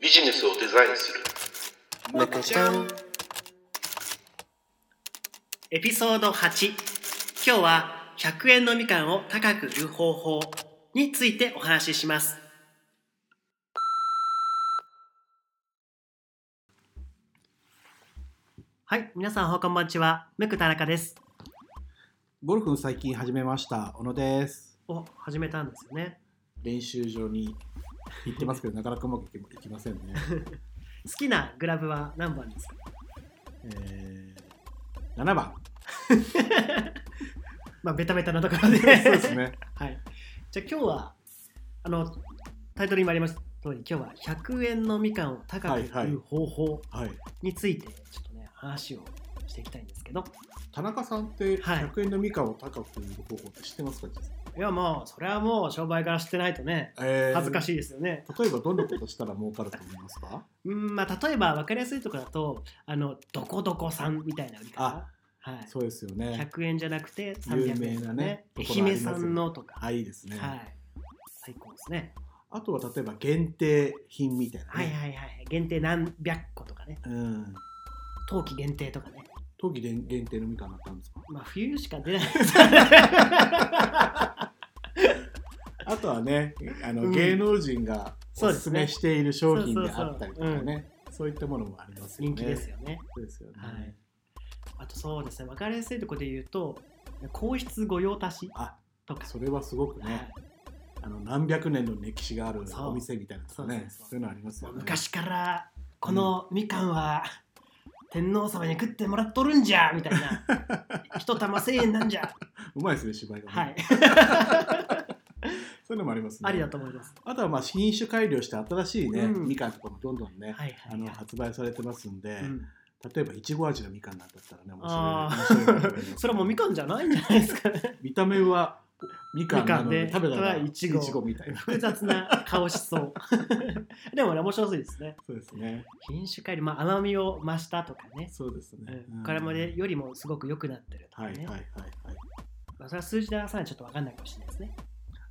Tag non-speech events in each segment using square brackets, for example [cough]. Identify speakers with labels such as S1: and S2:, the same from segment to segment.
S1: ビジネスをデザインする
S2: むかちゃん
S3: エピソード8今日は100円のみかんを高く売る方法についてお話ししますはい皆さんおはこんばんちはムク田中です
S4: ゴルフ最近始めました小野です
S3: お始めたんですよね
S4: 練習場に行ってますけどなかなかうまくいきいきませんね、
S3: 好きなグラブは何番ですか
S4: えー、7番
S3: まあベタベタなところで
S4: そうですね
S3: [laughs] はい、じゃあ今日はあのタイトルにもありました通り今日は100円のみかんを高く売る方法
S4: [laughs] はい
S3: についてちょっとね話をしていきたいんですけど
S4: 田中さんって
S3: はい
S4: 100円のみかんを高く売る方法って知ってますか、
S3: いやもうそれはもう商売から知ってないとね
S4: え
S3: 恥ずか
S4: い
S3: しいですよね、
S4: 例えばどんなことしたら儲かると思いますか
S3: うんまあ例えば分かりやすいところだとあのどこどこさんみたいな売り方
S4: あ
S3: はい
S4: そうですよね
S3: 100円じゃなくて300円
S4: 有名なね
S3: 愛
S4: ところあ
S3: 媛
S4: りますよね
S3: 産のとか、
S4: あいいですね、
S3: はい最高ですね
S4: あとは例えば限定品みたいな、
S3: はいはいはい限定何百個とかね
S4: うん
S3: 冬季限定とかね
S4: 冬季限限定のみかんだったんですか
S3: まあ冬しか出ない
S4: あとはねあの、
S3: うん
S4: 芸能人がおすすめしている商品であったりとかね
S3: そう
S4: そう
S3: そう
S4: いったものもありますよ [laughs] ね
S3: 人気ですよね。
S4: そうですよね、
S3: はいあとそうですね、分かりやすいところで言うと、皇室御用達
S4: あ
S3: とか。
S4: それはすごくね、
S3: はい
S4: あの何百年の歴史がある
S3: そう
S4: お店みたいなとかね
S3: そうそうそう
S4: そういうのあります
S3: も
S4: よ
S3: う
S4: ね
S3: 昔からこのみかんは天皇様に食ってもらっとるんじゃみたい
S4: [laughs]
S3: な一玉1000円なんじゃ
S4: うまいですね芝居がね、
S3: はい
S4: そういうのもありますね
S3: ありだと思います
S4: あとはまあ品種改良して新しいね、
S3: うん
S4: みかんとかもどんどんね、
S3: はいは
S4: あ
S3: い
S4: の
S3: はい
S4: 発売されてますんで、
S3: うん
S4: 例えばいちご味のみかんなんだったらね面
S3: あ
S4: 白い面白いと思います
S3: [laughs] それはもうみかんじゃないんじゃないです
S4: [laughs]
S3: かね
S4: 見た目はみかんなの
S3: みかん
S4: で
S3: で
S4: 食べたら
S3: ただい
S4: い
S3: ち
S4: ち
S3: ご
S4: ごみたいな
S3: 複雑な顔しそう [laughs] でもね面白そうですね
S4: そうですね
S3: 品種改良、まあ、甘みを増したとかね、
S4: そうですね
S3: うん、これまでよりもすごく良くなってるとか
S4: は
S3: ね、
S4: いはいはいはい
S3: まあ、それは数字で表さないとちょっと分かんないかもしれないですね。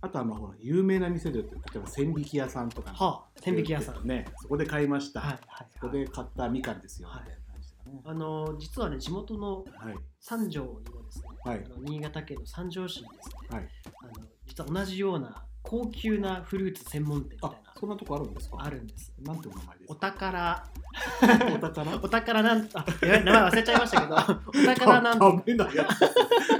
S4: あとはまあほら有名な店で言うと例えば千匹屋さんとか
S3: はあ、千匹屋さん。
S4: ねそこで買いました、
S3: はいはい
S4: そこ
S3: はい。
S4: で買ったみかんですよ、
S3: はい
S4: みたいな感じとかね
S3: あの実はね地元の
S4: はい
S3: 三条にもですね、
S4: はい
S3: あの新潟県の三条市にですね、
S4: はい
S3: あの実は同じような高級なフルーツ専門店みたい
S4: あ
S3: な
S4: そんなとこあるんですか
S3: のがあるんです。
S4: なんてお名前です
S3: お
S4: か
S3: 宝
S4: [laughs] お宝
S3: お宝なんあやばい名前忘れちゃい
S4: [laughs]
S3: ましたけどお宝なん
S4: 食べないやつ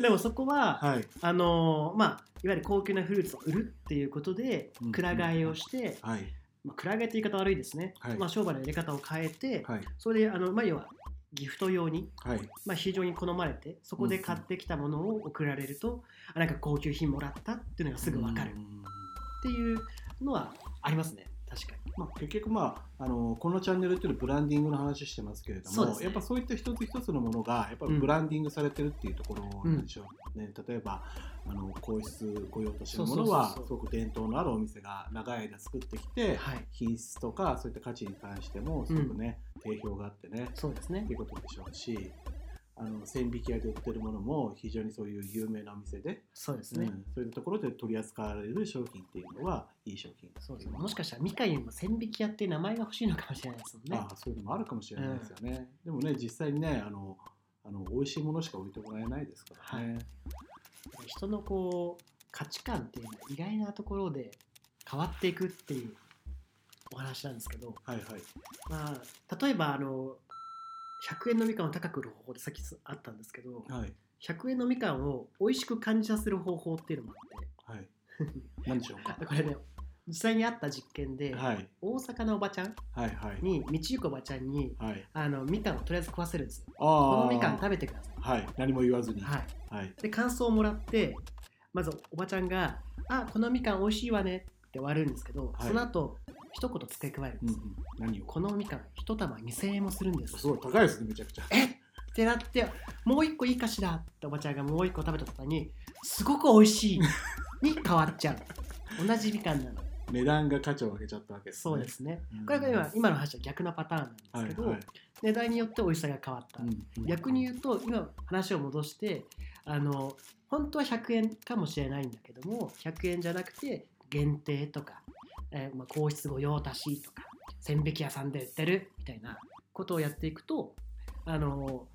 S3: でもそこは、
S4: はい
S3: あのまあいわゆる高級なフルーツを売るっていうことで
S4: うん
S3: くら替えをして、
S4: はい
S3: まあ、くら替えって言い方悪いですね、
S4: はい
S3: まあ、商売のやり方を変えて、
S4: はい
S3: それであの、まあ、要はギフト用に、
S4: はい
S3: まあ、非常に好まれてそこで買ってきたものを送られると、あなんか高級品もらったっていうのがすぐ分かる
S4: う
S3: っ
S4: ん
S3: ていうのはありますね確かに、
S4: まあ、結局、まあ、あのこのチャンネルっていうのはブランディングの話してますけれど
S3: そう
S4: も、
S3: ですね
S4: やっぱそういった一つ一つのものがやっぱ
S3: うん
S4: ブランディングされてるっていうところなんでしょうね、例えばあの皇室御用達のものは
S3: そうそうそうそう
S4: すごく伝統のあるお店が長い間作ってきて、
S3: はい
S4: 品質とかそういった価値に関してもすごくね、定評があってね
S3: そうですね
S4: っていうことでしょうしあの千匹屋で売ってるものも非常にそういう有名なお店で、
S3: そうです
S4: う
S3: ね、
S4: んそういったところで取り扱われる商品っていうのはいい商品
S3: そうですねもしかしたらミカよりも千匹屋っていう名前が欲しいのかもしれないですもんね
S4: ああそういうのもあるかもしれないですよね、でもね実際にねあのあの美味しいものしか置いてもらえないですからね、
S3: 人のこう価値観っていうのは意外なところで変わっていくっていうお話なんですけど、
S4: はい、はい
S3: まあ、例えばあの100円のみかんを高く売る方法でさっきあったんですけど
S4: はい
S3: 100円のみかんを美味しく感じさせる方法っていうのもあっ
S4: はい
S3: [laughs]
S4: 何でしょうか
S3: てこれね実際にあった実験で、
S4: はい
S3: 大阪のおばちゃん
S4: はいはい
S3: に道行くおばちゃんに
S4: はい
S3: あのみかんをとりあえず食わせるんですよ
S4: あ
S3: こ
S4: あ
S3: のみかん食べてください、
S4: はい何も言わずに
S3: はい、
S4: はい
S3: で感想をもらってまずおばちゃんが「あこのみかん美味しいわね」って終わるんですけど、
S4: はい
S3: その後一言付け加えるん
S4: うん
S3: で
S4: う
S3: す、
S4: ん、何を
S3: このみかん一玉2000円もするんです
S4: すごい高いですねめちゃくちゃ
S3: ってなってもう一個いいかしらっておばちゃんがもう一個食べた途端にすごく美味しいに変わっち
S4: [laughs]
S3: ゃう同じみかんなの
S4: 値段が価値を上げちゃったわけです、ね、
S3: そうですね
S4: うん
S3: これが今今の話は逆のパターンな
S4: は
S3: ん
S4: い
S3: ですけど、
S4: はい
S3: 値段によって美味しさが変わった、
S4: うん
S3: 逆に言うと今話を戻してあの本当は100円かもしれないんだけども100円じゃなくて限定とかえーまあ、皇室御用達とか千引き屋さんで売ってるみたいなことをやっていくとあの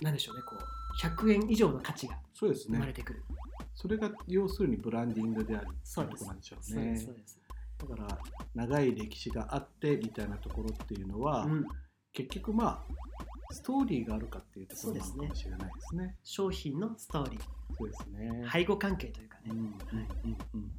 S3: ーなんでしょうねこう100円以上の価値が
S4: そうです
S3: 生まれ
S4: ね。
S3: てくる、
S4: それが要するにブランディングであり、
S3: そうで
S4: ってこと
S3: す
S4: なんでしょう
S3: そうです
S4: ね
S3: そう。です、
S4: だから長い歴史があってみたいなところっていうのは、
S3: うん、
S4: 結局まあストーリーがあるかっていうところなの
S3: そう
S4: かも
S3: で
S4: しれないですね。
S3: 商品のストーリー
S4: そうですね。
S3: 背後関係というか
S4: うん
S3: ね、
S4: うんうんうん。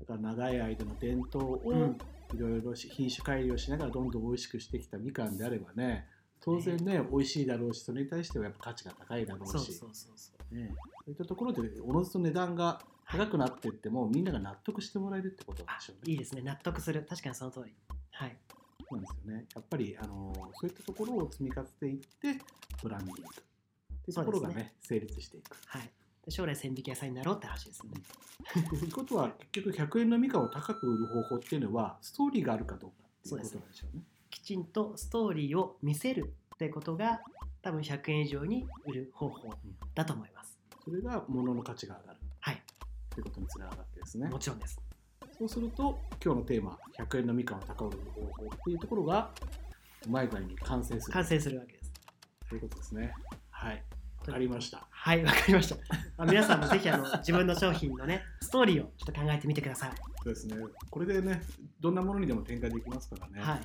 S4: だから長い間の伝統
S3: う
S4: を
S3: ん
S4: いろいろし品種改良しながらどんどん美味しくしてきたみかんであればね、当然ね美味しいだろうし、それに対してはやっぱ価値が高いだろうし、
S3: そうそうそうそう
S4: ね、そういったところでおのずと値段が高くなっていっても、みんなが納得してもらえるってことなん
S3: あ
S4: でしょうね。
S3: いいですね納得する確かにその通りはい
S4: そうなんですよね。やっぱり、あのーそういったところを積み重ねていって、ブランディングっていうところがね、
S3: そう
S4: 成立していく。
S3: はいで将来千引き屋さんになろうって話ですよね
S4: ということは、結局100円のみかんを高く売る方法っていうのは、ストーリーがあるかどうかっていうことなんでしょうね。
S3: きちんとストーリーを見せるってことが多分100円以上に売る方法だと思います、
S4: それが物の価値が上がる
S3: はい
S4: ということにつながるわけですね
S3: も。ちろんです
S4: そうすると、今日のテーマ、100円のみかんを高く売る方法っていうところが、うまい具合に完成する
S3: 完成するわけです
S4: ということですね。はい。わかりました。
S3: はいわかりま
S4: [laughs]
S3: したあ皆さんもぜひあの自分の商品のねストーリーをちょっと考えてみてください、
S4: そうですね。これでね、どんなものにでも展開できますからね。
S3: はい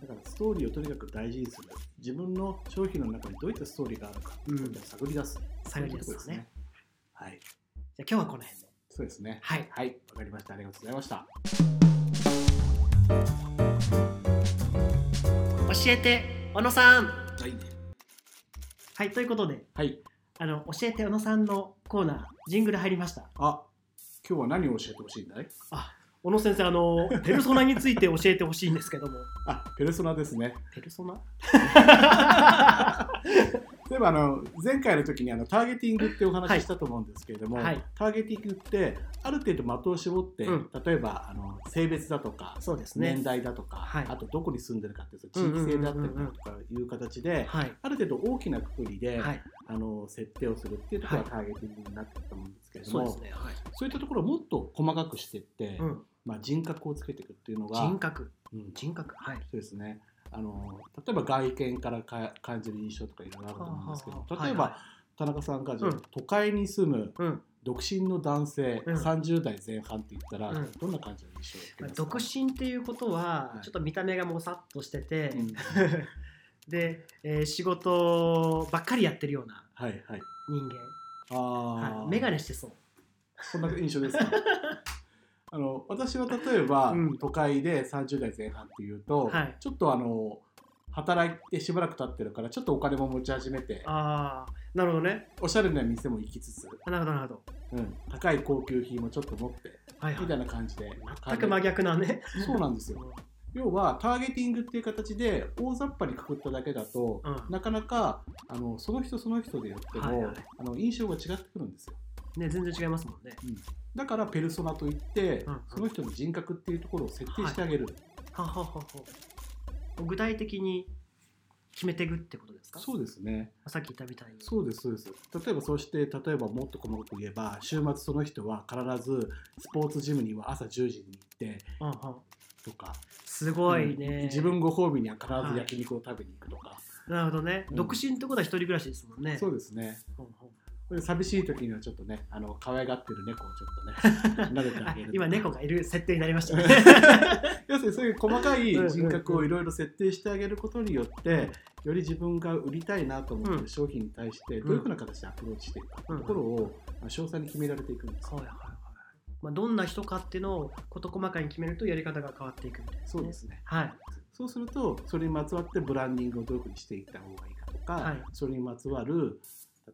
S4: だからストーリーをとにかく大事にする自分の商品の中にどういったストーリーがあるかっていうことを探り出す、
S3: 探りですよね
S4: そういうとこはい
S3: じゃあ今日はこの辺で
S4: そうですね
S3: はい
S4: はいわかりましたありがとうございました
S3: 教えて小野さん
S4: はい、
S3: はいということで
S4: はい、
S3: あの教えて小野さんのコーナージングル入りました
S4: あ今日は何を教えてほしいんだい
S3: 小野先生あのペルソナについて教えてほしいんですけど
S4: [laughs]
S3: も
S4: あペルソナですね
S3: ペルソナ
S4: 例えばあの前回の時にあのターゲティングってお
S3: はい
S4: 話ししたと思うんですけれども、
S3: はい
S4: ターゲティングってある程度的を絞って、
S3: うん
S4: 例えばあの性別だとか
S3: そうですね
S4: 年代だとか、
S3: はい
S4: あとどこに住んでるかっていうその地域性であったりだとかいう形で、
S3: はい
S4: ある程度大きなくくりで、
S3: はい
S4: あの設定をするっていうところがターゲティングになってると思うんですけれども、そう
S3: ねはい、
S4: いったところをもっと細かくしていって、
S3: うん、
S4: まあ、人格をつけていくっていうのが、
S3: 人格
S4: うんそう
S3: 人格はい
S4: ですねあの例えば外見からか感じる印象とかいろいろあると思うんですけど
S3: はあはあ
S4: 例えば、
S3: はいは
S4: 田中さんが、
S3: うん
S4: 都会に住む
S3: うん
S4: 独身の男性、
S3: うん
S4: 30代前半って言ったら、
S3: うん
S4: どんな感じの印象を受け
S3: ま
S4: ま
S3: あ
S4: すか
S3: 独身っていうことは
S4: はい
S3: ちょっと見た目がもさっとしてて、
S4: うん
S3: で、えー仕事ばっかりやってるような
S4: はいはい
S3: 人
S4: ああ、
S3: 間、はい、眼鏡してそう
S4: そんな印象ですね。あの私は例えば、
S3: うん
S4: 都会で30代前半っていうと、
S3: はい
S4: ちょっとあの働いてしばらく経ってるからちょっとお金も持ち始めて
S3: ああなるほどね
S4: おしゃれな店も行きつつ、
S3: なるほどなるほど
S4: うん、高い高級品もちょっと持って
S3: はい、は
S4: みたい
S3: い、
S4: な感じで
S3: 全く真逆なね
S4: そうなんですよ要はターゲティングっていう形で大雑把にくくっただけだと、
S3: うん
S4: なかなかあのその人その人でやっても、
S3: はいはい
S4: あの印象が違ってくるんですよ。
S3: ね全然違いますもんね
S4: だからペルソナといって、
S3: うんうん
S4: その人の人格っていうところを設定してあげる、
S3: はははは具体的に決めていくってことですか
S4: そうですね
S3: さっき言ったみたいに
S4: そうですそうです例えばそうして例えばもっと細かく言えば週末その人は必ずスポーツジムには朝10時に行って
S3: うんうん
S4: とか
S3: すごい
S4: うん
S3: ね、
S4: 自分ご褒美には必ず焼肉を食べに行くとか、
S3: なるほどね、
S4: うん
S3: 独身ってことは一人暮らしですもんね
S4: そうですね
S3: ほうほう
S4: これ寂しい時にはちょっとねあの可愛がってる猫をちょっと
S3: [laughs]
S4: ね撫でてあ
S3: あ
S4: げるとか
S3: 今猫がいる設定になりましたね
S4: 要するにそういう細かい
S3: うんうん
S4: 人格をいろいろ設定してあげることによってより自分が売りたいなと思って
S3: うん
S4: る商品に対してどういうふうな形でアプローチしていくかっていうところをまあ詳細に決められていくんです
S3: はいはいはいまあ、どんな人かっていうのを事細かに決めるとやり方が変わっていくみたいな、
S4: そうですね
S3: はい
S4: そうするとそれにまつわってブランディングをどういうふうにしていった方がいいかとか、
S3: はい
S4: それにまつわる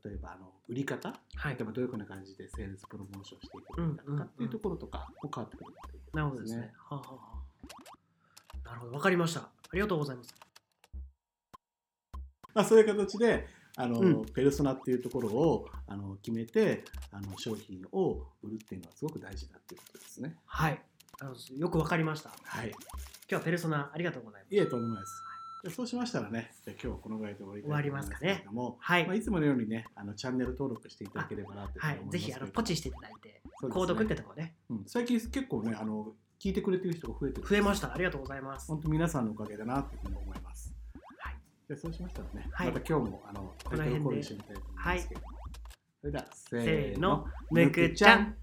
S4: 例えばあの売り方
S3: は
S4: 例
S3: い
S4: えばどういうふうな感じでセールスプロモーションしていくべきだと
S3: うんうんう
S4: か
S3: ん
S4: っていうところとかも変わってくるっていう
S3: なるほどですねはあはあはあなるほどわかりましたありがとうございます
S4: まあ、そういう形であの、
S3: うん
S4: ペルソナっていうところをあの決めてあの商品を売るっていうのはすごく大事だっていうことですね。
S3: はいあのよくわかりました今
S4: はい、
S3: 日はペルソナありがとうございます
S4: いえとんでもないです。じゃあそうしましたらね、じゃあ今日はこのぐらいで終わりたいと思いますけれども、
S3: はい、
S4: まあ、いつものようにね、あのチャンネル登録していただければなというふう
S3: は
S4: に
S3: い
S4: 思い、ます
S3: ぜ
S4: けれ
S3: ひ
S4: ど
S3: あ
S4: も
S3: のポチしていただいて
S4: そうですね
S3: 購読ってとこね
S4: うん最近結構ねあの聞いてくれてる人が増えてる
S3: 増えました。ありがとうございます。
S4: 本当皆さんのおかげだなっていうふうに思います。
S3: はい
S4: じゃあそうしましたらね、
S3: はい
S4: また今日もあのタイ
S3: の辺で
S4: トルコールしてみたいと思いますけど。それでは、せ
S3: せー
S4: ーの
S3: の、むくちゃん。